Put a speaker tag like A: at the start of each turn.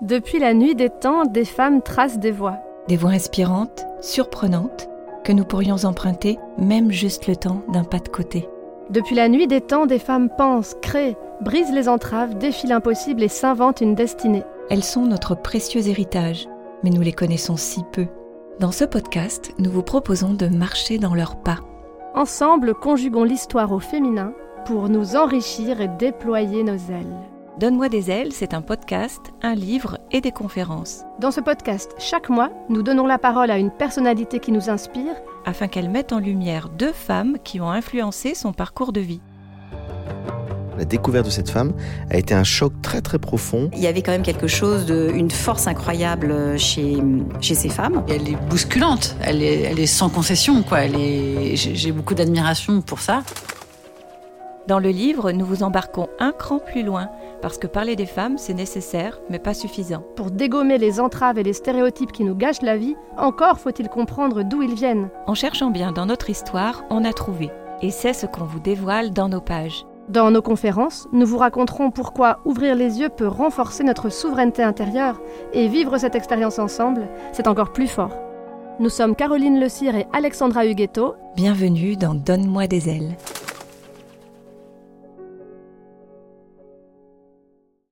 A: Depuis la nuit des temps, des femmes tracent des voies.
B: Des voies inspirantes, surprenantes, que nous pourrions emprunter même juste le temps d'un pas de côté.
A: Depuis la nuit des temps, des femmes pensent, créent, brisent les entraves, défient l'impossible et s'inventent une destinée.
B: Elles sont notre précieux héritage, mais nous les connaissons si peu. Dans ce podcast, nous vous proposons de marcher dans leurs pas.
A: Ensemble, conjuguons l'histoire au féminin pour nous enrichir et déployer nos ailes.
B: Donne-moi des ailes, c'est un podcast, un livre et des conférences,
A: Dans ce podcast, chaque mois, nous donnons la parole à une personnalité qui nous inspire.
B: afin qu'elles mettent en lumière deux femmes qui ont influencé son parcours de vie.
C: La découverte de cette femme a été un choc très très profond.
D: Il y avait quand même quelque chose de, une force incroyable euh, chez, chez ces femmes.
E: Elle est bousculante, elle est, elle est sans concession, quoi. Elle est, j'ai j'ai beaucoup d'admiration pour ça.
B: Dans le livre, nous vous embarquons un cran plus loin, parce que parler des femmes, c'est nécessaire, mais pas suffisant.
A: Pour dégommer les entraves et les stéréotypes qui nous gâchent la vie, encore faut-il comprendre d'où ils viennent.
B: En cherchant bien dans notre histoire, on a trouvé. Et c'est ce qu'on vous dévoile dans nos pages.
A: Dans nos conférences, nous vous raconterons pourquoi ouvrir les yeux peut renforcer notre souveraineté intérieure et vivre cette expérience ensemble, c'est encore plus fort. Nous sommes Caroline Le Cire et Alexandra Huguetto.
B: Bienvenue dans Donne-moi des ailes.